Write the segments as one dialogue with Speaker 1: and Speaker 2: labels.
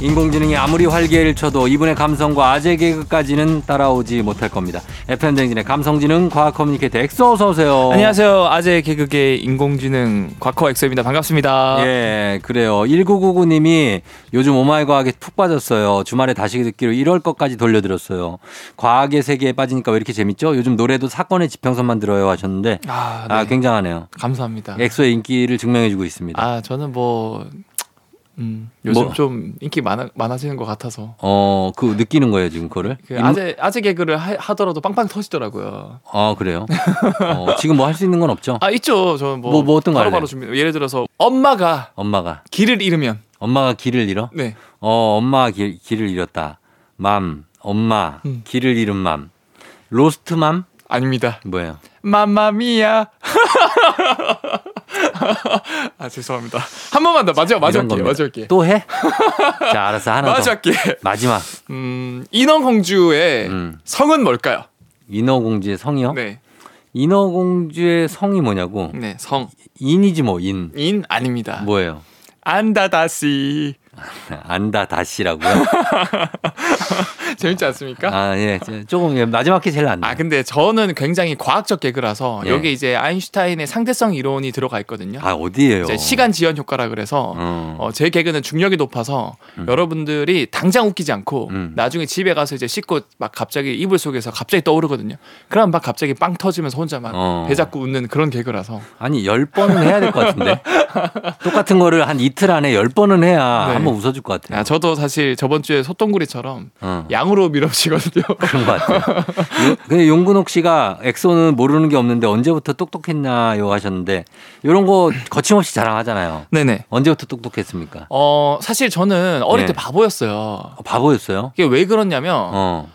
Speaker 1: 인공지능이 아무리 활개를 쳐도 이분의 감성과 아재 개그까지는 따라오지 못할 겁니다. FM 댕진의 감성지능 과학 커뮤니케이터 엑소 어서 오세요.
Speaker 2: 안녕하세요. 아재 개그계 인공지능 과커 엑소입니다. 반갑습니다.
Speaker 1: 예, 그래요. 1999님이 요즘 오마이 과학에 푹 빠졌어요. 주말에 다시 듣기로 이럴 것까지 돌려드렸어요. 과학의 세계에 빠지니까 왜 이렇게 재밌죠? 요즘 노래도 사건의 지평선만 들어요 하셨는데
Speaker 2: 아, 네.
Speaker 1: 아, 굉장하네요. 예.
Speaker 2: 감사합니다.
Speaker 1: 엑소의 인기를 증명해주고 있습니다.
Speaker 2: 아, 저는 뭐 음, 요즘
Speaker 1: 뭐?
Speaker 2: 좀 인기 많아 많아지는 것 같아서
Speaker 1: 어, 그 느끼는 거예요 지금 그거를?
Speaker 2: 그
Speaker 1: 임-
Speaker 2: 아재 아재 개그를 하, 더라도 빵빵 터지더라고요.
Speaker 1: 아, 그래요. 어, 지금 뭐 할 수 있는 건 없죠.
Speaker 2: 아, 있죠. 저는 뭐,
Speaker 1: 뭐- 뭐 어떤 거
Speaker 2: 바로
Speaker 1: 할래요?
Speaker 2: 바로 준비. 예를 들어서 엄마가
Speaker 1: 엄마가
Speaker 2: 길을 잃으면
Speaker 1: 엄마가 길을 잃어?
Speaker 2: 네.
Speaker 1: 어, 엄마가 길, 길을 잃었다. 맘, 엄마,
Speaker 2: 음.
Speaker 1: 길을 잃은 맘. 로스트 맘?
Speaker 2: 아닙니다.
Speaker 1: 뭐예요?
Speaker 2: 맘마미야. 아 죄송합니다. 한 번만 더 마지막 마지막
Speaker 1: 이런
Speaker 2: 기회
Speaker 1: 겁니다.
Speaker 2: 마지막 기회.
Speaker 1: 또 해? 자, 알았어. 하나 더.
Speaker 2: 마지막 기회.
Speaker 1: 마지막.
Speaker 2: 음, 인어공주의
Speaker 1: 음.
Speaker 2: 성은 뭘까요?
Speaker 1: 인어공주의 성이요?
Speaker 2: 네,
Speaker 1: 인어공주의 성이 뭐냐고?
Speaker 2: 네, 성인
Speaker 1: 인이지 뭐, 인.
Speaker 2: 아닙니다.
Speaker 1: 뭐예요?
Speaker 2: 안다다시
Speaker 1: 안다 다시라고요?
Speaker 2: 재밌지 않습니까? 아.
Speaker 1: 아, 예. 조금, 예, 마지막 게 제일 낫네.
Speaker 2: 근데 저는 굉장히 과학적 개그라서
Speaker 1: 예.
Speaker 2: 여기 이제 아인슈타인의 상대성 이론이 들어가 있거든요.
Speaker 1: 아, 어디예요?
Speaker 2: 이제 시간 지연 효과라 그래서
Speaker 1: 어.
Speaker 2: 어, 제 개그는 중력이 높아서 여러분들이 당장 웃기지 않고
Speaker 1: 음.
Speaker 2: 나중에 집에 가서 이제 씻고 막 갑자기 이불 속에서 갑자기 떠오르거든요. 그럼 막 갑자기 빵 터지면서 혼자 막
Speaker 1: 어.
Speaker 2: 배 잡고 웃는 그런 개그라서
Speaker 1: 아니, 열 번은 해야 될 것 같은데. 똑같은 거를 한 이틀 안에 열 번은 해야
Speaker 2: 네.
Speaker 1: 한번 웃어줄 것 같아요.
Speaker 2: 야, 저도 사실 저번 주에 소똥구리처럼
Speaker 1: 어.
Speaker 2: 양으로 밀어붙이거든요.
Speaker 1: 그런 것 같아요. 요- 근데 용근옥 씨가 엑소는 모르는 게 없는데 언제부터 똑똑했나요 하셨는데 이런 거 거침없이 자랑하잖아요.
Speaker 2: 네네.
Speaker 1: 언제부터 똑똑했습니까?
Speaker 2: 어 사실 저는 어릴
Speaker 1: 네.
Speaker 2: 때 바보였어요.
Speaker 1: 어, 바보였어요?
Speaker 2: 이게 왜 그러냐면
Speaker 1: 어.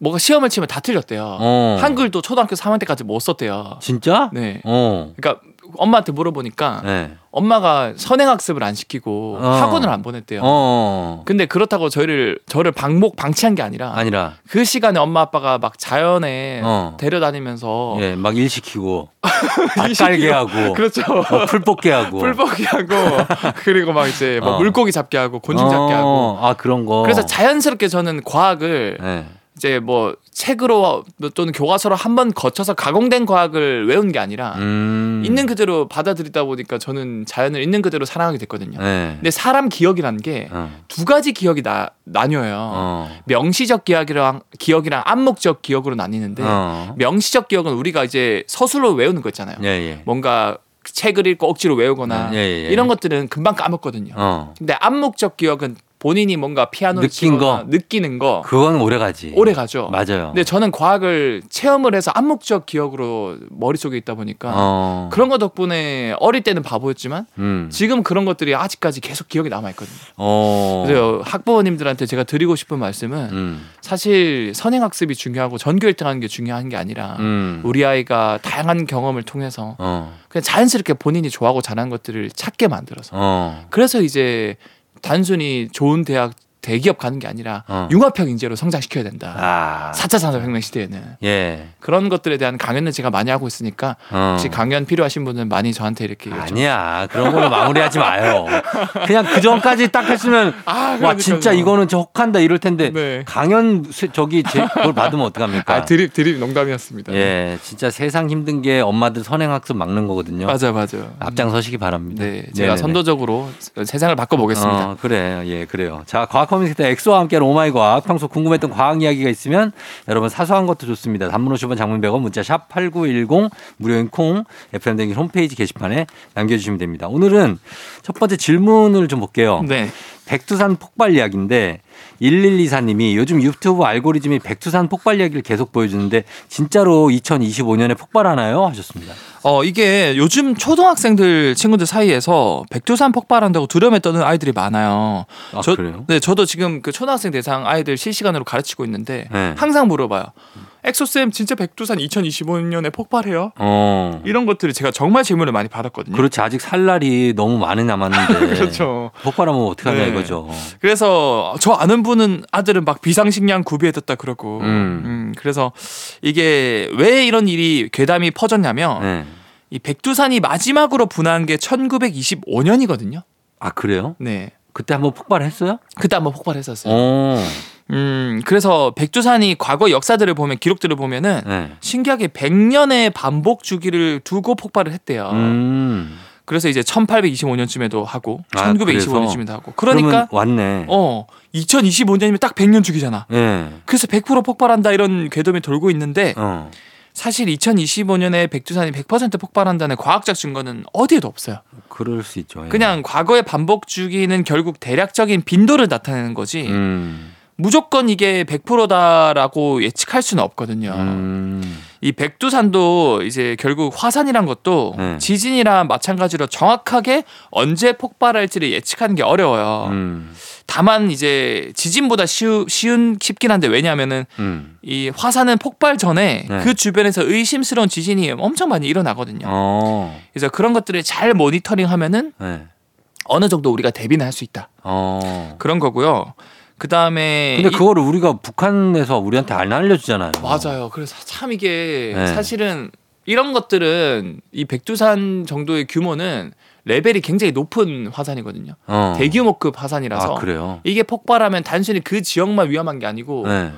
Speaker 2: 뭐가 시험을 치면 다 틀렸대요.
Speaker 1: 어.
Speaker 2: 한글도 초등학교 3학년 때까지 못 썼대요.
Speaker 1: 진짜?
Speaker 2: 네.
Speaker 1: 어.
Speaker 2: 그러니까 엄마한테 물어보니까
Speaker 1: 네.
Speaker 2: 엄마가 선행 학습을 안 시키고
Speaker 1: 어.
Speaker 2: 학원을 안 보냈대요.
Speaker 1: 어.
Speaker 2: 근데 그렇다고 저를 저를 방목 방치한 게 아니라
Speaker 1: 아니라.
Speaker 2: 그 시간에 엄마 아빠가 막 자연에
Speaker 1: 어.
Speaker 2: 데려다니면서
Speaker 1: 예, 막 일 시키고 밭
Speaker 2: 네. 일
Speaker 1: 깔게
Speaker 2: 시키고.
Speaker 1: 하고
Speaker 2: 그렇죠.
Speaker 1: 어, 풀 뽑게 하고
Speaker 2: 풀먹이하고 그리고 막 이제 막
Speaker 1: 어.
Speaker 2: 물고기 잡게 하고 곤충 잡게
Speaker 1: 어,
Speaker 2: 하고
Speaker 1: 아 그런 거.
Speaker 2: 그래서 자연스럽게 저는 과학을
Speaker 1: 예.
Speaker 2: 이제 뭐 책으로 또는 교과서로 한 번 거쳐서 가공된 과학을 외운 게 아니라
Speaker 1: 음.
Speaker 2: 있는 그대로 받아들이다 보니까 저는 자연을 있는 그대로 사랑하게 됐거든요.
Speaker 1: 예.
Speaker 2: 근데 사람 기억이란 게 두
Speaker 1: 어.
Speaker 2: 가지 기억이 나, 네. 나뉘어요.
Speaker 1: 어.
Speaker 2: 명시적 기억이랑 기억이랑 암묵적 기억으로 나뉘는데
Speaker 1: 어.
Speaker 2: 명시적 기억은 우리가 이제 서술로 외우는 거 있잖아요.
Speaker 1: 예, 예.
Speaker 2: 뭔가 책을 읽고 억지로 외우거나
Speaker 1: 예, 예, 예.
Speaker 2: 이런 것들은 금방 까먹거든요.
Speaker 1: 어.
Speaker 2: 근데 암묵적 기억은 본인이 뭔가 피아노를
Speaker 1: 느낀
Speaker 2: 치거나
Speaker 1: 거.
Speaker 2: 느끼는 거
Speaker 1: 그건 오래 가지.
Speaker 2: 오래 가죠.
Speaker 1: 맞아요.
Speaker 2: 근데 저는 과학을 체험을 해서 암묵적 기억으로 머릿속에 있다 보니까
Speaker 1: 어.
Speaker 2: 그런 거 덕분에 어릴 때는 바보였지만
Speaker 1: 음.
Speaker 2: 지금 그런 것들이 아직까지 계속 기억에 남아 있거든요.
Speaker 1: 어.
Speaker 2: 그래서 학부모님들한테 제가 드리고 싶은 말씀은
Speaker 1: 음.
Speaker 2: 사실 선행 학습이 중요하고 전교 1등하는 게 중요한 게 아니라
Speaker 1: 음.
Speaker 2: 우리 아이가 다양한 경험을 통해서
Speaker 1: 어.
Speaker 2: 그냥 자연스럽게 본인이 좋아하고 잘하는 것들을 찾게 만들어서
Speaker 1: 어.
Speaker 2: 그래서 이제 단순히 좋은 대학 대기업 가는 게 아니라
Speaker 1: 어.
Speaker 2: 융합형 인재로 성장시켜야 된다.
Speaker 1: 아.
Speaker 2: 4차 산업혁명 시대에는
Speaker 1: 예.
Speaker 2: 그런 것들에 대한 강연을 제가 많이 하고 있으니까
Speaker 1: 어.
Speaker 2: 혹시 강연 필요하신 분은 많이 저한테 이렇게 요청-
Speaker 1: 아니야 그런 걸로 마무리하지 마요. 그냥 그 전까지 딱 했으면
Speaker 2: 아,
Speaker 1: 와
Speaker 2: 그러니까요.
Speaker 1: 진짜 이거는 저 혹한다 이럴 텐데
Speaker 2: 네.
Speaker 1: 강연 수- 저기 제, 그걸 받으면 어떡합니까?
Speaker 2: 아 드립 드립 농담이었습니다.
Speaker 1: 예 진짜 세상 힘든 게 엄마들 선행학습 막는 거거든요.
Speaker 2: 맞아 맞아.
Speaker 1: 앞장서시기 바랍니다.
Speaker 2: 네, 제가
Speaker 1: 네네네.
Speaker 2: 선도적으로 세상을 바꿔보겠습니다.
Speaker 1: 어, 그래, 예, 그래요. 자, 과학 커뮤니케이터 엑소와 함께하는 오마이 과학. 평소 궁금했던 과학 이야기가 있으면 여러분 사소한 것도 좋습니다. 단문 50원 장문 100원 문자 샵 8910 무료인 콩 FM 댕기 홈페이지 게시판에 남겨주시면 됩니다. 오늘은 첫 번째 질문을 좀 볼게요.
Speaker 2: 네.
Speaker 1: 백두산 폭발 이야기인데 1124님이 요즘 유튜브 알고리즘이 백두산 폭발 이야기를 계속 보여주는데 진짜로 2025년에 폭발하나요? 하셨습니다.
Speaker 2: 어, 이게 요즘 초등학생들 친구들 사이에서 백두산 폭발한다고 두려움에 떠는 아이들이 많아요.
Speaker 1: 아, 그래요?
Speaker 2: 네, 저도 지금 그 초등학생 대상 아이들 실시간으로 가르치고 있는데
Speaker 1: 네.
Speaker 2: 항상 물어봐요. 엑소쌤 진짜 백두산 2025년에 폭발해요.
Speaker 1: 어.
Speaker 2: 이런 것들을 제가 정말 질문을 많이 받았거든요.
Speaker 1: 그렇지 아직 살 날이 너무 많이 남았는데.
Speaker 2: 그렇죠.
Speaker 1: 폭발하면 어떡하냐
Speaker 2: 네.
Speaker 1: 이거죠.
Speaker 2: 그래서 저 아는 분은 아들은 막 비상식량 구비해뒀다 그러고
Speaker 1: 음.
Speaker 2: 음, 그래서 이게 왜 이런 일이 괴담이 퍼졌냐면
Speaker 1: 네.
Speaker 2: 이 백두산이 마지막으로 분한 게 1925년이거든요.
Speaker 1: 아 그래요?
Speaker 2: 네.
Speaker 1: 그때 한번 폭발했어요?
Speaker 2: 그때 한번 폭발했었어요.
Speaker 1: 어.
Speaker 2: 음, 그래서 백두산이 과거 역사들을 보면 기록들을 보면은
Speaker 1: 네.
Speaker 2: 신기하게 100년의 반복 주기를 두고 폭발을 했대요.
Speaker 1: 음.
Speaker 2: 그래서 이제 1825년쯤에도 하고
Speaker 1: 아, 음.
Speaker 2: 1925년쯤에도 하고.
Speaker 1: 그러면
Speaker 2: 그러니까
Speaker 1: 왔네.
Speaker 2: 어, 2025년이면 딱 100년 주기잖아.
Speaker 1: 예.
Speaker 2: 그래서 100% 폭발한다 이런 궤dom이 돌고 있는데
Speaker 1: 어.
Speaker 2: 사실 2025년에 백두산이 100% 폭발한다는 과학적 증거는 어디에도 없어요.
Speaker 1: 그럴 수 있죠. 예.
Speaker 2: 그냥 과거의 반복 주기는 결국 대략적인 빈도를 나타내는 거지
Speaker 1: 음.
Speaker 2: 무조건 이게 100%다라고 예측할 수는 없거든요.
Speaker 1: 음.
Speaker 2: 이 백두산도 이제 결국 화산이란 것도
Speaker 1: 네.
Speaker 2: 지진이랑 마찬가지로 정확하게 언제 폭발할지를 예측하는 게 어려워요.
Speaker 1: 음.
Speaker 2: 다만 이제 지진보다 쉬우, 쉬운 쉽긴 한데 왜냐하면은
Speaker 1: 음.
Speaker 2: 이 화산은 폭발 전에
Speaker 1: 네.
Speaker 2: 그 주변에서 의심스러운 지진이 엄청 많이 일어나거든요.
Speaker 1: 어.
Speaker 2: 그래서 그런 것들을 잘 모니터링하면은
Speaker 1: 네.
Speaker 2: 어느 정도 우리가 대비는 할 수 있다.
Speaker 1: 어.
Speaker 2: 그런 거고요. 그 다음에
Speaker 1: 근데 그거를 우리가 북한에서 우리한테 안 알려주잖아요.
Speaker 2: 맞아요. 그래서 참 이게
Speaker 1: 네.
Speaker 2: 사실은 이런 것들은 이 백두산 정도의 규모는 레벨이 굉장히 높은 화산이거든요.
Speaker 1: 어.
Speaker 2: 대규모급 화산이라서
Speaker 1: 아 그래요.
Speaker 2: 이게 폭발하면 단순히 그 지역만 위험한 게 아니고
Speaker 1: 네.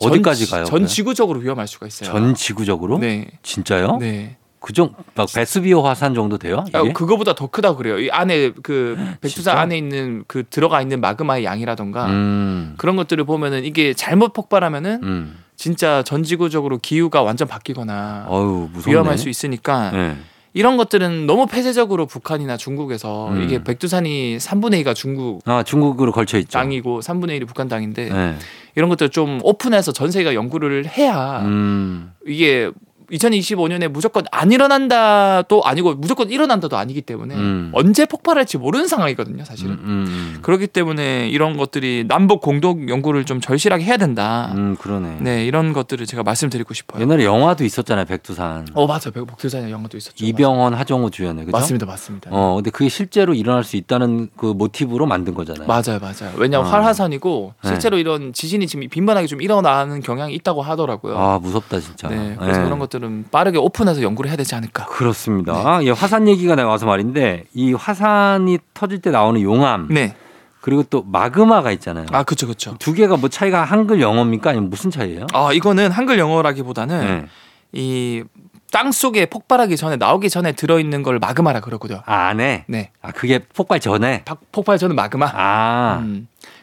Speaker 2: 전
Speaker 1: 어디까지
Speaker 2: 지-
Speaker 1: 가요?
Speaker 2: 전
Speaker 1: 그래요?
Speaker 2: 지구적으로 위험할 수가 있어요.
Speaker 1: 전 지구적으로?
Speaker 2: 네.
Speaker 1: 진짜요?
Speaker 2: 네.
Speaker 1: 그정 막 베스비오 화산 정도 돼요?
Speaker 2: 아,
Speaker 1: 이게?
Speaker 2: 그거보다 더 크다고 그래요. 이 안에 그 백두산
Speaker 1: 진짜?
Speaker 2: 안에 있는 그 들어가 있는 마그마의 양이라던가
Speaker 1: 음.
Speaker 2: 그런 것들을 보면은 이게 잘못 폭발하면은
Speaker 1: 음.
Speaker 2: 진짜 전 지구적으로 기후가 완전 바뀌거나
Speaker 1: 어유 무섭네.
Speaker 2: 아, 위험할 수 있으니까
Speaker 1: 네.
Speaker 2: 이런 것들은 너무 폐쇄적으로 북한이나 중국에서
Speaker 1: 음.
Speaker 2: 이게 백두산이 3분의 2가 중국
Speaker 1: 아 중국으로 걸쳐 있죠.
Speaker 2: 땅이고 3분의 1이 북한 땅인데
Speaker 1: 네.
Speaker 2: 이런 것들 좀 오픈해서 전 세계가 연구를 해야
Speaker 1: 음.
Speaker 2: 이게 2025년에 무조건 안 일어난다도 아니고 무조건 일어난다도 아니기 때문에
Speaker 1: 음.
Speaker 2: 언제 폭발할지 모르는 상황이거든요, 사실은.
Speaker 1: 음, 음,
Speaker 2: 그렇기 때문에 이런 것들이 남북 공동 연구를 좀 절실하게 해야 된다.
Speaker 1: 음. 음, 그러네.
Speaker 2: 아. 네, 이런 것들을 제가 말씀드리고 싶어요.
Speaker 1: 옛날에 영화도 있었잖아요. 백두산.
Speaker 2: 어, 맞아요. 백두산의 영화도 있었죠.
Speaker 1: 이병헌, 하정우 주연의 그죠?
Speaker 2: 맞습니다. 맞습니다.
Speaker 1: 어, 근데 그게 실제로 일어날 수 있다는 그 모티브로 만든 거잖아요.
Speaker 2: 맞아요, 맞아요. 왜냐하면
Speaker 1: 어.
Speaker 2: 활화산이고
Speaker 1: 네.
Speaker 2: 실제로 이런 지진이 지금 빈번하게 좀 일어나는 경향이 있다고 하더라고요.
Speaker 1: 아 무섭다 진짜.
Speaker 2: 네, 그래서
Speaker 1: 예.
Speaker 2: 이런 것들은 네. 빠르게 오픈해서 연구를 해야 되지 않을까.
Speaker 1: 그렇습니다. 예, 화산 얘기가 나와서 말인데 이 화산이 터질 때 나오는 용암
Speaker 2: 네,
Speaker 1: 그리고 또 마그마가 있잖아요.
Speaker 2: 아 그렇죠, 그렇죠.
Speaker 1: 두 개가 뭐 차이가 한글 영어입니까 아니면 무슨 차이예요?
Speaker 2: 아 이거는 한글 영어라기보다는
Speaker 1: 네.
Speaker 2: 이 땅 속에 폭발하기 전에 나오기 전에 들어있는 걸 마그마라 그러거든요.
Speaker 1: 아, 안에
Speaker 2: 네,
Speaker 1: 아 그게 폭발 전에
Speaker 2: 박- 폭발 전은 마그마.
Speaker 1: 아,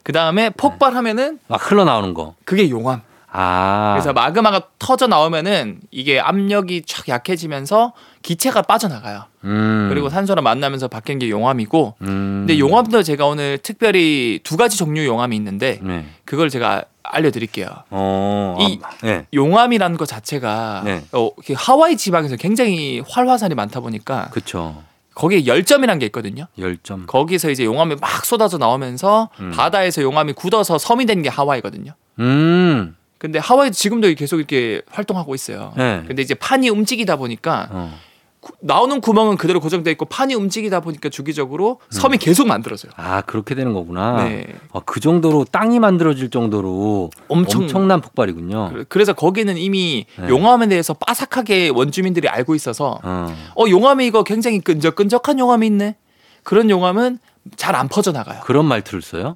Speaker 2: 그 다음에 폭발하면은
Speaker 1: 막 흘러나오는 거.
Speaker 2: 그게 용암.
Speaker 1: 아,
Speaker 2: 그래서 마그마가 터져 나오면은 이게 압력이 촥 약해지면서 기체가 빠져나가요.
Speaker 1: 음.
Speaker 2: 그리고 산소랑 만나면서 바뀐 게 용암이고.
Speaker 1: 음.
Speaker 2: 근데 용암도 제가 오늘 특별히 두 가지 종류 용암이 있는데
Speaker 1: 네.
Speaker 2: 그걸 제가 알려드릴게요.
Speaker 1: 어,
Speaker 2: 이-
Speaker 1: 아, 네.
Speaker 2: 용암이라는 것 자체가
Speaker 1: 네.
Speaker 2: 어, 이렇게 하와이 지방에서 굉장히 활화산이 많다 보니까
Speaker 1: 그쵸.
Speaker 2: 거기에 열점이라는 게 있거든요.
Speaker 1: 열점.
Speaker 2: 거기서 이제 용암이 막 쏟아져 나오면서
Speaker 1: 음.
Speaker 2: 바다에서 용암이 굳어서 섬이 된 게 하와이거든요.
Speaker 1: 음,
Speaker 2: 근데 하와이 지금도 계속 이렇게 활동하고 있어요. 그
Speaker 1: 네.
Speaker 2: 근데 이제 판이 움직이다 보니까
Speaker 1: 어.
Speaker 2: 구- 나오는 구멍은 그대로 고정돼 있고 판이 움직이다 보니까 주기적으로 섬이 계속 만들어져요.
Speaker 1: 아 그렇게 되는 거구나.
Speaker 2: 네.
Speaker 1: 음. 아, 그 정도로 땅이 만들어질 정도로
Speaker 2: 엄청-
Speaker 1: 엄청난 폭발이군요.
Speaker 2: 그- 그래서 거기는 이미
Speaker 1: 네.
Speaker 2: 용암에 대해서 빠삭하게 원주민들이 알고 있어서
Speaker 1: 어.
Speaker 2: 어 용암이 이거 굉장히 끈적끈적한 용암이 있네. 그런 용암은 잘 안 퍼져나가요.
Speaker 1: 그런 말투를 써요?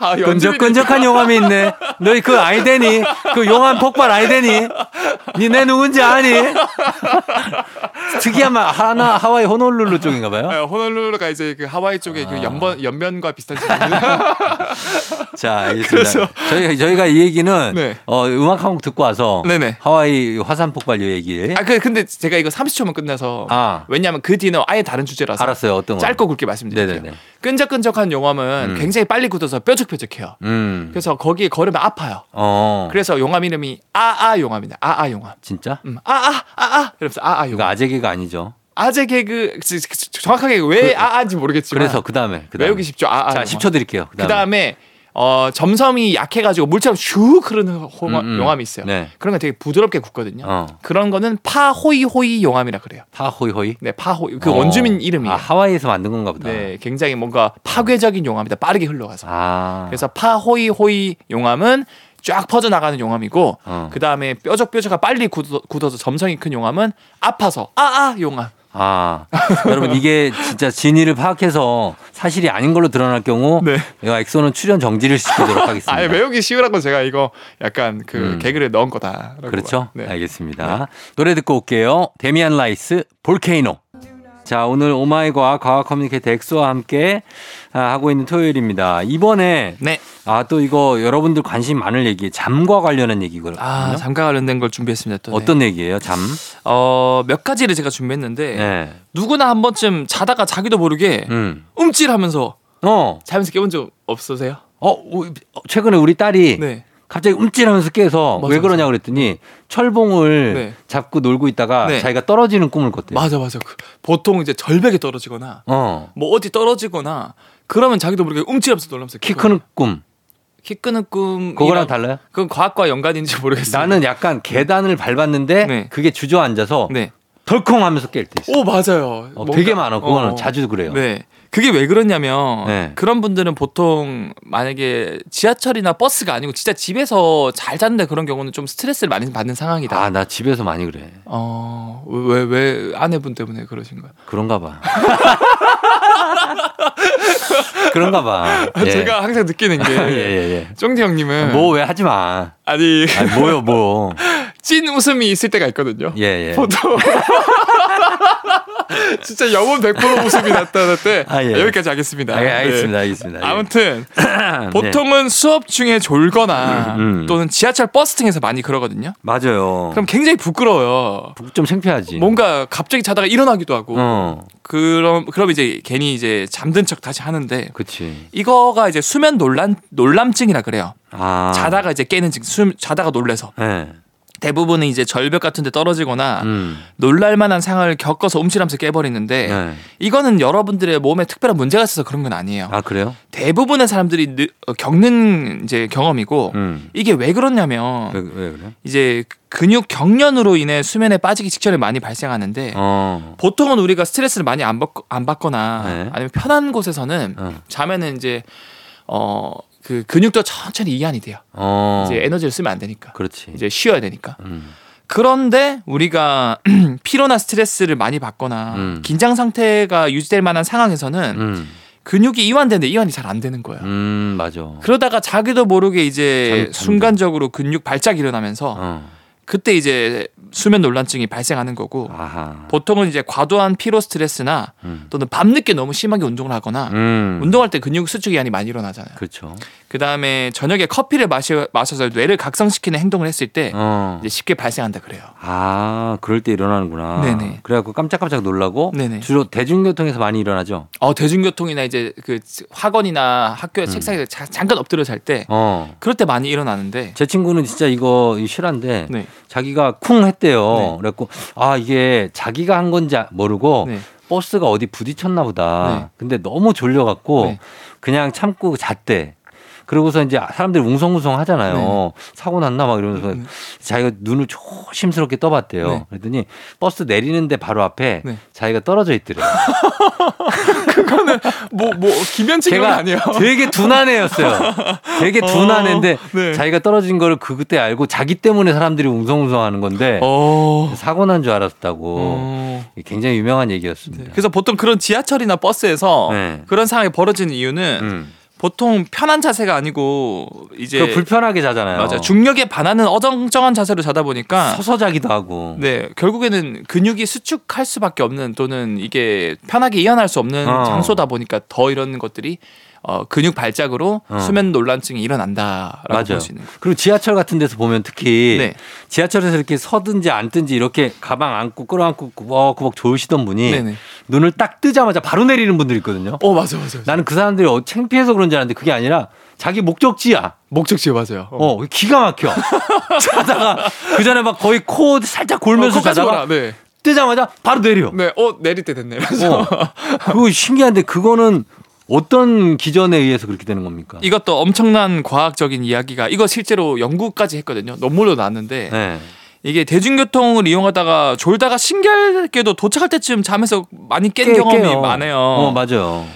Speaker 2: 아,
Speaker 1: 끈적끈적한 용암이 있네. 너희 그 아이데니? 그 용암 폭발 아이데니? 니네 누군지 아니? 특이한 말 하나 하와이 호놀룰루 쪽인가 봐요.
Speaker 2: 아, 호놀룰루가 이제 그 하와이 쪽에
Speaker 1: 아.
Speaker 2: 연변 연변과 비슷한 지역인데
Speaker 1: 자, 알겠습니다. 저희 저희가 이 얘기는
Speaker 2: 네.
Speaker 1: 어, 음악 한 곡 듣고 와서
Speaker 2: 네네.
Speaker 1: 하와이 화산 폭발 이 얘기.
Speaker 2: 아 그, 근데 제가 이거 30초만 끝내서
Speaker 1: 아.
Speaker 2: 왜냐하면 그 뒤는 아예 다른 주제라서
Speaker 1: 알았어요. 어떤 거?
Speaker 2: 짧고 굵게 말씀드릴게요.
Speaker 1: 네네네.
Speaker 2: 끈적끈적한 용암은
Speaker 1: 음.
Speaker 2: 굉장히 빨리 굳어서 뾰족뾰족해요.
Speaker 1: 음.
Speaker 2: 그래서 거기에 걸으면 아파요.
Speaker 1: 어.
Speaker 2: 그래서 용암 이름이 아아 용암입니다. 아아 용암.
Speaker 1: 진짜?
Speaker 2: 음, 아아 아아 이러면서 아아
Speaker 1: 이거
Speaker 2: 용암.
Speaker 1: 아재 개가 아니죠.
Speaker 2: 아재 개그 지- 지- 지- 정확하게 왜 아아인지 모르겠지만
Speaker 1: 그, 그래서 그다음에 그다음에.
Speaker 2: 외우기 쉽죠. 아아
Speaker 1: 자,
Speaker 2: 용암.
Speaker 1: 10초 드릴게요.
Speaker 2: 그다음에 어, 점섬이 약해가지고 물처럼 슉 흐르는 호-
Speaker 1: 음, 음.
Speaker 2: 용암이 있어요.
Speaker 1: 네.
Speaker 2: 그런 게 되게 부드럽게 굳거든요.
Speaker 1: 어.
Speaker 2: 그런 거는 파호이호이 용암이라 그래요.
Speaker 1: 파호이호이.
Speaker 2: 네, 파호이 그
Speaker 1: 어.
Speaker 2: 원주민 이름이에요.
Speaker 1: 아, 하와이에서 만든 건가 보다.
Speaker 2: 네, 굉장히 뭔가 파괴적인 용암이다. 빠르게 흘러가서.
Speaker 1: 아.
Speaker 2: 그래서 파호이호이 용암은 쫙 퍼져나가는 용암이고
Speaker 1: 어.
Speaker 2: 그 다음에 뾰족 뾰족가 빨리 굳어, 굳어서 점성이 큰 용암은 아파서 아아 용암.
Speaker 1: 아. 여러분 이게 진짜 진위를 파악해서 사실이 아닌 걸로 드러날 경우
Speaker 2: 네.
Speaker 1: 내가 엑소는 출연 정지를 시키도록 하겠습니다.
Speaker 2: 아예 외우기 쉬우란 건 제가 이거 약간 그
Speaker 1: 음.
Speaker 2: 개그를 넣은 거다.
Speaker 1: 그렇죠?
Speaker 2: 네.
Speaker 1: 알겠습니다. 노래 듣고 올게요. 데미안 라이스 볼케이노. 자, 오늘 오마이과 과학 커뮤니케이터 엑소와 함께 아, 하고 있는 토요일입니다. 이번에
Speaker 2: 네.
Speaker 1: 아, 또 이거 여러분들 관심 많을 얘기, 잠과 관련한 얘기거든요.
Speaker 2: 아 잠깐 관련된 걸 준비했습니다. 또 네.
Speaker 1: 어떤 얘기예요, 잠?
Speaker 2: 어몇 가지를 제가 준비했는데
Speaker 1: 네.
Speaker 2: 누구나 한 번쯤 자다가 자기도 모르게
Speaker 1: 음.
Speaker 2: 움찔하면서
Speaker 1: 어,
Speaker 2: 자면서 깨본 적 없으세요?
Speaker 1: 어, 우- 어, 최근에 우리 딸이
Speaker 2: 네.
Speaker 1: 갑자기 움찔하면서 깨서
Speaker 2: 맞아,
Speaker 1: 왜 그러냐 그랬더니 철봉을
Speaker 2: 네.
Speaker 1: 잡고 놀고 있다가
Speaker 2: 네.
Speaker 1: 자기가 떨어지는 꿈을 꿨대요.
Speaker 2: 맞아 맞아. 그 보통 이제 절벽에 떨어지거나
Speaker 1: 어,
Speaker 2: 뭐 어디 떨어지거나 그러면 자기도 모르게 움찔하면서 놀라면서
Speaker 1: 키 크는 꿈.
Speaker 2: 키 크는 꿈
Speaker 1: 그거랑 달라요?
Speaker 2: 그건 과학과 연관인지 모르겠어요.
Speaker 1: 나는 약간 계단을 밟았는데
Speaker 2: 네.
Speaker 1: 그게 주저앉아서
Speaker 2: 네.
Speaker 1: 덜컹 하면서 깰 때 있어.
Speaker 2: 오 맞아요.
Speaker 1: 어,
Speaker 2: 뭔가-
Speaker 1: 되게 많아. 그거는
Speaker 2: 어.
Speaker 1: 자주 그래요.
Speaker 2: 네. 그게 왜 그러냐면
Speaker 1: 네.
Speaker 2: 그런 분들은 보통 만약에 지하철이나 버스가 아니고 진짜 집에서 잘 잤는데 그런 경우는 좀 스트레스를 많이 받는 상황이다.
Speaker 1: 아, 나 집에서 많이 그래.
Speaker 2: 어, 왜, 왜, 왜 아내분 때문에 그러신가요?
Speaker 1: 그런가 봐. 그런가 봐. 예.
Speaker 2: 제가 항상 느끼는
Speaker 1: 예,
Speaker 2: 게,
Speaker 1: 예,
Speaker 2: 쫑디
Speaker 1: 예.
Speaker 2: 형님은,
Speaker 1: 뭐 왜 하지 마.
Speaker 2: 아니,
Speaker 1: 아니, 뭐요, 뭐.
Speaker 2: 찐 웃음이 있을 때가 있거든요.
Speaker 1: 예, 예.
Speaker 2: 보통. 진짜 영혼 100% 웃음이 나타날 때,
Speaker 1: 아, 예.
Speaker 2: 여기까지 하겠습니다.
Speaker 1: 아, 예, 알겠습니다,
Speaker 2: 네.
Speaker 1: 알겠습니다. 예.
Speaker 2: 아무튼,
Speaker 1: 네.
Speaker 2: 보통은 수업 중에 졸거나
Speaker 1: 음, 음.
Speaker 2: 또는 지하철 버스 등에서 많이 그러거든요.
Speaker 1: 맞아요.
Speaker 2: 그럼 굉장히 부끄러워요.
Speaker 1: 북- 좀 창피하지.
Speaker 2: 뭔가 갑자기 자다가 일어나기도 하고
Speaker 1: 예. 어,
Speaker 2: 그럼 그럼 이제 괜히 이제 잠든 척 다시 하는데
Speaker 1: 그치.
Speaker 2: 이거가 이제 수면 논란 놀람증이라 그래요.
Speaker 1: 아.
Speaker 2: 자다가 이제 깨는 증, 숨 자다가 놀래서
Speaker 1: 예.
Speaker 2: 대부분은 이제 절벽 같은 데 떨어지거나
Speaker 1: 음.
Speaker 2: 놀랄만한 상황을 겪어서 움찔하면서 깨버리는데
Speaker 1: 예.
Speaker 2: 이거는 여러분들의 몸에 특별한 문제가 있어서 그런 건 아니에요.
Speaker 1: 아, 그래요?
Speaker 2: 대부분의 사람들이 느- 어, 겪는 이제 경험이고
Speaker 1: 음. 네.
Speaker 2: 이게 왜 그렇냐면
Speaker 1: 왜, 왜 그래요?
Speaker 2: 이제 근육 경련으로 인해 수면에 빠지기 직전에 많이 발생하는데
Speaker 1: 어.
Speaker 2: 보통은 우리가 스트레스를 많이 안, 받, 안 받거나
Speaker 1: 네.
Speaker 2: 아니면 편한 곳에서는
Speaker 1: 어.
Speaker 2: 자면은 이제 어 그 근육도 천천히 이완이 돼요.
Speaker 1: 어.
Speaker 2: 이제 에너지를 쓰면 안 되니까
Speaker 1: 그렇지.
Speaker 2: 이제 쉬어야 되니까.
Speaker 1: 음.
Speaker 2: 그런데 우리가 피로나 스트레스를 많이 받거나
Speaker 1: 음.
Speaker 2: 긴장 상태가 유지될 만한 상황에서는
Speaker 1: 음.
Speaker 2: 근육이 이완되는데 이완이 잘 안 되는 거예요.
Speaker 1: 음, 맞아.
Speaker 2: 그러다가 자기도 모르게 이제
Speaker 1: 잠- 잠들.
Speaker 2: 순간적으로 근육 발작 이 일어나면서
Speaker 1: 어.
Speaker 2: 그때 이제 수면 논란증이 발생하는 거고
Speaker 1: 어. 아하.
Speaker 2: 보통은 이제 과도한 피로 스트레스나
Speaker 1: 음.
Speaker 2: 또는 밤늦게 너무 심하게 운동을 하거나
Speaker 1: 음.
Speaker 2: 운동할 때 근육 수축 이완이 많이 일어나잖아요.
Speaker 1: 그렇죠.
Speaker 2: 그 다음에 저녁에 커피를 마셔, 마셔서 뇌를 각성시키는 행동을 했을 때
Speaker 1: 어.
Speaker 2: 예. 이제 쉽게 발생한다 그래요.
Speaker 1: 아, 그럴 때 일어나는구나.
Speaker 2: 네네.
Speaker 1: 그래갖고 깜짝깜짝 놀라고
Speaker 2: 네네.
Speaker 1: 주로 대중교통에서 많이 일어나죠.
Speaker 2: 어, 대중교통이나 이제 그 학원이나
Speaker 1: 음.
Speaker 2: 학교의 책상에 자- 잠깐 엎드려 잘 때
Speaker 1: 어.
Speaker 2: 그럴 때 많이 일어나는데
Speaker 1: 제 친구는 진짜 이거 실한데
Speaker 2: 네.
Speaker 1: 자기가 쿵 했대요.
Speaker 2: 네.
Speaker 1: 그래갖고 아 이게 자기가 한 건지 모르고
Speaker 2: 네.
Speaker 1: 버스가 어디 부딪혔나 보다.
Speaker 2: 네.
Speaker 1: 근데 너무 졸려갖고
Speaker 2: 네.
Speaker 1: 그냥 참고 잤대. 그러고서 이제 사람들이 웅성웅성 하잖아요.
Speaker 2: 네.
Speaker 1: 사고 났나 막 이러면서
Speaker 2: 네.
Speaker 1: 자기가 눈을 조심스럽게 떠봤대요.
Speaker 2: 네.
Speaker 1: 그랬더니 버스 내리는데 바로 앞에
Speaker 2: 네.
Speaker 1: 자기가 떨어져 있더래요.
Speaker 2: 뭐, 뭐, 김현진
Speaker 1: 걔가 되게 둔한 애였어요. 되게 둔한
Speaker 2: 어,
Speaker 1: 애인데
Speaker 2: 네.
Speaker 1: 자기가 떨어진 거를 그- 그때 알고 자기 때문에 사람들이 웅성웅성 하는 건데
Speaker 2: 어.
Speaker 1: 사고 난 줄 알았다고
Speaker 2: 어.
Speaker 1: 굉장히 유명한
Speaker 2: 네.
Speaker 1: 얘기였습니다.
Speaker 2: 그래서 보통 그런 지하철이나 버스에서
Speaker 1: 네.
Speaker 2: 그런 상황이 벌어지는 이유는
Speaker 1: 음.
Speaker 2: 보통 편한 자세가 아니고 이제
Speaker 1: 그거 불편하게 자잖아요.
Speaker 2: 맞아 중력에 반하는 어정쩡한 자세로 자다 보니까
Speaker 1: 서서 자기도 하고.
Speaker 2: 네 결국에는 근육이 수축할 수밖에 없는 또는 이게 편하게 이완할 수 없는
Speaker 1: 어.
Speaker 2: 장소다 보니까 더 이런 것들이 어, 근육 발작으로
Speaker 1: 어.
Speaker 2: 수면 논란증이 일어난다라고
Speaker 1: 맞아요.
Speaker 2: 볼 수 있는 거예요.
Speaker 1: 그리고 지하철 같은 데서 보면 특히
Speaker 2: 네.
Speaker 1: 지하철에서 이렇게 서든지 앉든지 이렇게 가방 안고 끌어안고 구벅구벅 졸시던 분이
Speaker 2: 네네.
Speaker 1: 눈을 딱 뜨자마자 바로 내리는 분들 있거든요.
Speaker 2: 어 맞아 맞아. 맞아.
Speaker 1: 나는 그 사람들이 어, 창피해서 그런 줄 알았는데 그게 아니라 자기 목적지야.
Speaker 2: 목적지 맞아요. 어.
Speaker 1: 어, 기가 막혀. 자다가 그 전에 막 거의 코 살짝
Speaker 2: 어,
Speaker 1: 골면서
Speaker 2: 코까지
Speaker 1: 자다가
Speaker 2: 와라. 네.
Speaker 1: 뜨자마자 바로 내려.
Speaker 2: 네. 어 내릴 때 됐네.
Speaker 1: 어. 그거 신기한데 그거는 어떤 기전에 의해서 그렇게 되는 겁니까?
Speaker 2: 이것도 엄청난 과학적인 이야기가 이거 실제로 연구까지 했거든요. 논문으로 나왔는데
Speaker 1: 네.
Speaker 2: 이게 대중교통을 이용하다가 졸다가 신기하게도 도착할 때쯤 잠에서 많이 깬
Speaker 1: 깨-
Speaker 2: 경험이
Speaker 1: 깨요.
Speaker 2: 많아요.
Speaker 1: 어, 맞아요.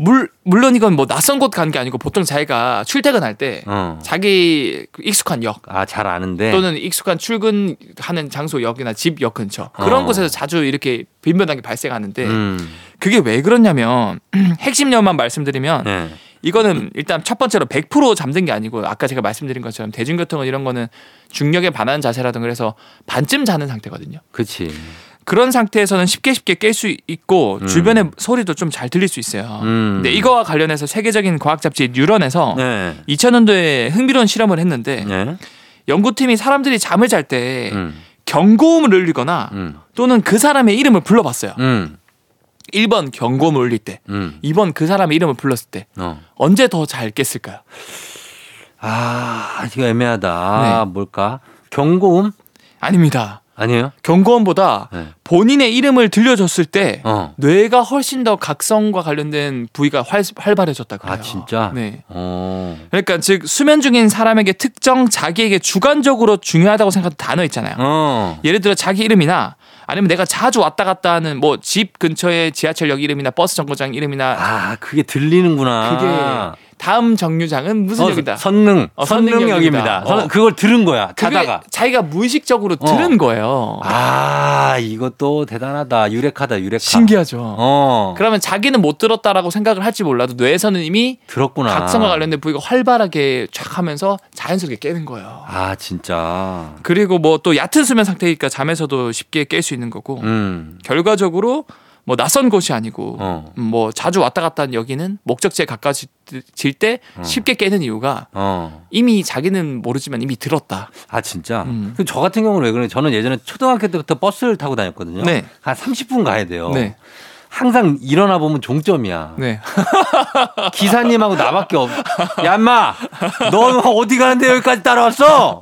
Speaker 2: 물, 물론 이건 뭐 낯선 곳 간 게 아니고 보통 자기가 출퇴근할 때
Speaker 1: 어.
Speaker 2: 자기 그 익숙한 역
Speaker 1: 아, 잘 아는데.
Speaker 2: 또는 익숙한 출근하는 장소 역이나 집 역 근처 그런
Speaker 1: 어.
Speaker 2: 곳에서 자주 이렇게 빈번하게 발생하는데
Speaker 1: 음.
Speaker 2: 그게 왜 그러냐면 핵심력만 말씀드리면
Speaker 1: 네.
Speaker 2: 이거는 일단 첫 번째로 100% 잠든 게 아니고 아까 제가 말씀드린 것처럼 대중교통은 이런 거는 중력에 반하는 자세라든 그래서 반쯤 자는 상태거든요.
Speaker 1: 그치.
Speaker 2: 그런 상태에서는 쉽게 쉽게 깰 수 있고 주변의 소리도 좀 잘 들릴 수 있어요.
Speaker 1: 음.
Speaker 2: 근데 이거와 관련해서 세계적인 과학 잡지 뉴런에서
Speaker 1: 네.
Speaker 2: 2000년도에 흥미로운 실험을 했는데
Speaker 1: 네.
Speaker 2: 연구팀이 사람들이 잠을 잘 때
Speaker 1: 음.
Speaker 2: 경고음을 울리거나
Speaker 1: 음.
Speaker 2: 또는 그 사람의 이름을 불러봤어요.
Speaker 1: 음.
Speaker 2: 1번 경고음을 울릴 때,
Speaker 1: 음.
Speaker 2: 2번 그 사람의 이름을 불렀을 때
Speaker 1: 어.
Speaker 2: 언제 더 잘 깼을까요?
Speaker 1: 아, 이거 애매하다.
Speaker 2: 네.
Speaker 1: 뭘까? 경고음?
Speaker 2: 아닙니다.
Speaker 1: 아니에요?
Speaker 2: 경고음보다
Speaker 1: 네.
Speaker 2: 본인의 이름을 들려줬을 때
Speaker 1: 어.
Speaker 2: 뇌가 훨씬 더 각성과 관련된 부위가 활, 활발해졌다고 해요.
Speaker 1: 아, 진짜?
Speaker 2: 네.
Speaker 1: 어.
Speaker 2: 그러니까 즉 수면 중인 사람에게 특정 자기에게 주관적으로 중요하다고 생각하는 단어 있잖아요.
Speaker 1: 어.
Speaker 2: 예를 들어 자기 이름이나 아니면 내가 자주 왔다 갔다 하는 뭐 집 근처의 지하철역 이름이나 버스 정거장 이름이나
Speaker 1: 아, 그게 아. 들리는구나.
Speaker 2: 그게 다음 정류장은 무슨
Speaker 1: 어,
Speaker 2: 역이다.
Speaker 1: 선릉.
Speaker 2: 어,
Speaker 1: 선릉역입니다.
Speaker 2: 선릉역입니다.
Speaker 1: 선-
Speaker 2: 어.
Speaker 1: 그걸 들은 거야.
Speaker 2: 그게
Speaker 1: 가다가.
Speaker 2: 자기가 무의식적으로
Speaker 1: 어.
Speaker 2: 들은 거예요.
Speaker 1: 아, 이것도 대단하다. 유레카다, 유레카.
Speaker 2: 신기하죠.
Speaker 1: 어.
Speaker 2: 그러면 자기는 못 들었다라고 생각을 할지 몰라도 뇌에서는 이미
Speaker 1: 들었구나.
Speaker 2: 각성과 관련된 부위가 활발하게 촥 하면서 자연스럽게 깨는 거예요.
Speaker 1: 아, 진짜.
Speaker 2: 그리고 뭐 또 얕은 수면 상태니까 잠에서도 쉽게 깰 수 있는 거고
Speaker 1: 음.
Speaker 2: 결과적으로 뭐 낯선 곳이 아니고
Speaker 1: 어.
Speaker 2: 음, 뭐 자주 왔다 갔다 하는 여기는 목적지에 가까워질 때
Speaker 1: 음.
Speaker 2: 쉽게 깨는 이유가
Speaker 1: 어.
Speaker 2: 이미 자기는 모르지만 이미 들었다.
Speaker 1: 아, 진짜.
Speaker 2: 음.
Speaker 1: 그럼 저 같은 경우는 왜 그러냐? 저는 예전에 초등학교 때부터 버스를 타고 다녔거든요.
Speaker 2: 네.
Speaker 1: 한 30분 가야 돼요.
Speaker 2: 네.
Speaker 1: 항상 일어나 보면 종점이야.
Speaker 2: 네.
Speaker 1: 기사님하고 나밖에 없. 야, 인마! 너 어디 가는데 여기까지 따라왔어?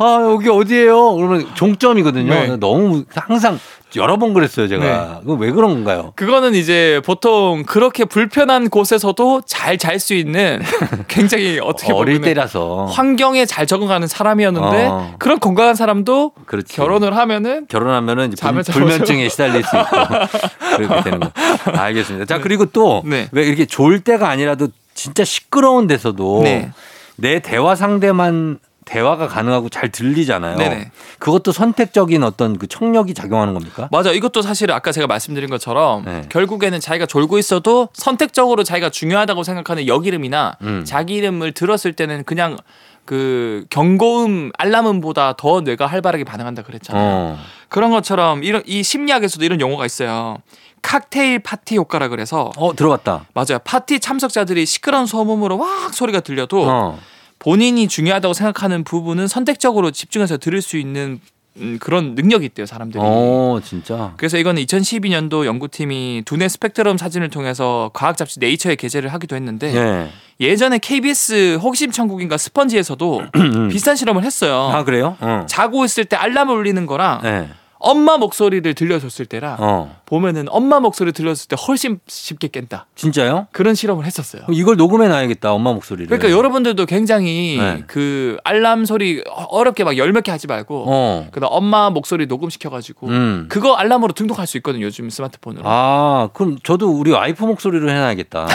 Speaker 1: 아, 여기 어디예요? 그러면 종점이거든요.
Speaker 2: 네.
Speaker 1: 너무 항상 여러 번 그랬어요, 제가.
Speaker 2: 네.
Speaker 1: 그거 왜 그런 건가요?
Speaker 2: 그거는 이제 보통 그렇게 불편한 곳에서도 잘 잘 수 있는 굉장히 어떻게
Speaker 1: 어릴
Speaker 2: 보면
Speaker 1: 때라서.
Speaker 2: 환경에 잘 적응하는 사람이었는데
Speaker 1: 어.
Speaker 2: 그런 건강한 사람도
Speaker 1: 그렇지.
Speaker 2: 결혼을 하면은
Speaker 1: 결혼하면은 이제 불,
Speaker 2: 잠을 잘
Speaker 1: 불면증에 시달릴 수 있고 그렇게 되는 거. 알겠습니다. 자 그리고 또 왜
Speaker 2: 네.
Speaker 1: 이렇게 좋을 때가 아니라도 진짜 시끄러운 데서도
Speaker 2: 네.
Speaker 1: 내 대화 상대만 대화가 가능하고 잘 들리잖아요.
Speaker 2: 네네.
Speaker 1: 그것도 선택적인 어떤 그 청력이 작용하는 겁니까?
Speaker 2: 맞아 이것도 사실 아까 제가 말씀드린 것처럼
Speaker 1: 네.
Speaker 2: 결국에는 자기가 졸고 있어도 선택적으로 자기가 중요하다고 생각하는 역 이름이나
Speaker 1: 음.
Speaker 2: 자기 이름을 들었을 때는 그냥 그 경고음 알람음보다 더 뇌가 활발하게 반응한다 그랬잖아요.
Speaker 1: 어.
Speaker 2: 그런 것처럼 이런 이 심리학에서도 이런 용어가 있어요. 칵테일 파티 효과라 그래서
Speaker 1: 어 들어봤다.
Speaker 2: 맞아요. 파티 참석자들이 시끄러운 소음으로 확 소리가 들려도
Speaker 1: 어.
Speaker 2: 본인이 중요하다고 생각하는 부분은 선택적으로 집중해서 들을 수 있는 음, 그런 능력이 있대요, 사람들이.
Speaker 1: 어 진짜.
Speaker 2: 그래서 이거는 2012년도 연구팀이 두뇌 스펙트럼 사진을 통해서 과학 잡지 네이처에 게재를 하기도 했는데
Speaker 1: 예.
Speaker 2: 예전에 KBS 호기심 천국인가 스펀지에서도 비슷한 실험을 했어요.
Speaker 1: 음. 아 그래요? 어.
Speaker 2: 자고 있을 때 알람을 울리는 거랑
Speaker 1: 예.
Speaker 2: 엄마 목소리를 들려줬을 때랑
Speaker 1: 어.
Speaker 2: 보면은 엄마 목소리 들렸을 때 훨씬 쉽게 깬다.
Speaker 1: 진짜요?
Speaker 2: 그런 실험을 했었어요.
Speaker 1: 그럼 이걸 녹음해 놔야겠다 엄마 목소리를.
Speaker 2: 그러니까 여러분들도 굉장히
Speaker 1: 네.
Speaker 2: 그 알람 소리 어렵게 막 열 몇 개 하지 말고
Speaker 1: 어.
Speaker 2: 그다음 엄마 목소리 녹음시켜 가지고
Speaker 1: 음.
Speaker 2: 그거 알람으로 등록할 수 있거든요. 요즘 스마트폰으로.
Speaker 1: 아, 그럼 저도 우리 와이프 목소리로 해놔야겠다.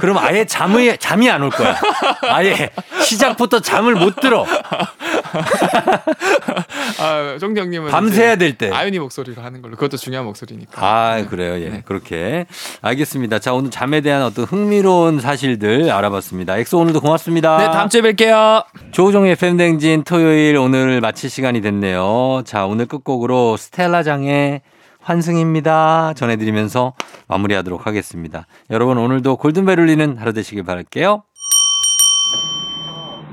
Speaker 1: 그럼 아예 잠이, 잠이 안 올 거야. 아예 시작부터 잠을 못 들어.
Speaker 2: 아, 정정님은
Speaker 1: 밤새야 될 때.
Speaker 2: 아윤이 목소리로 하는 걸로 그것도 중요한 목소리니까.
Speaker 1: 아, 그래요. 예.
Speaker 2: 네.
Speaker 1: 그렇게. 알겠습니다. 자, 오늘 잠에 대한 어떤 흥미로운 사실들 알아봤습니다. 엑소 오늘도 고맙습니다.
Speaker 2: 네, 다음 주에 뵐게요.
Speaker 1: 조우종의 FM댕진 토요일 오늘 마칠 시간이 됐네요. 자, 오늘 끝곡으로 스텔라장의 환승입니다. 전해드리면서 마무리하도록 하겠습니다. 여러분, 오늘도 골든벨 울리는 하루 되시길 바랄게요.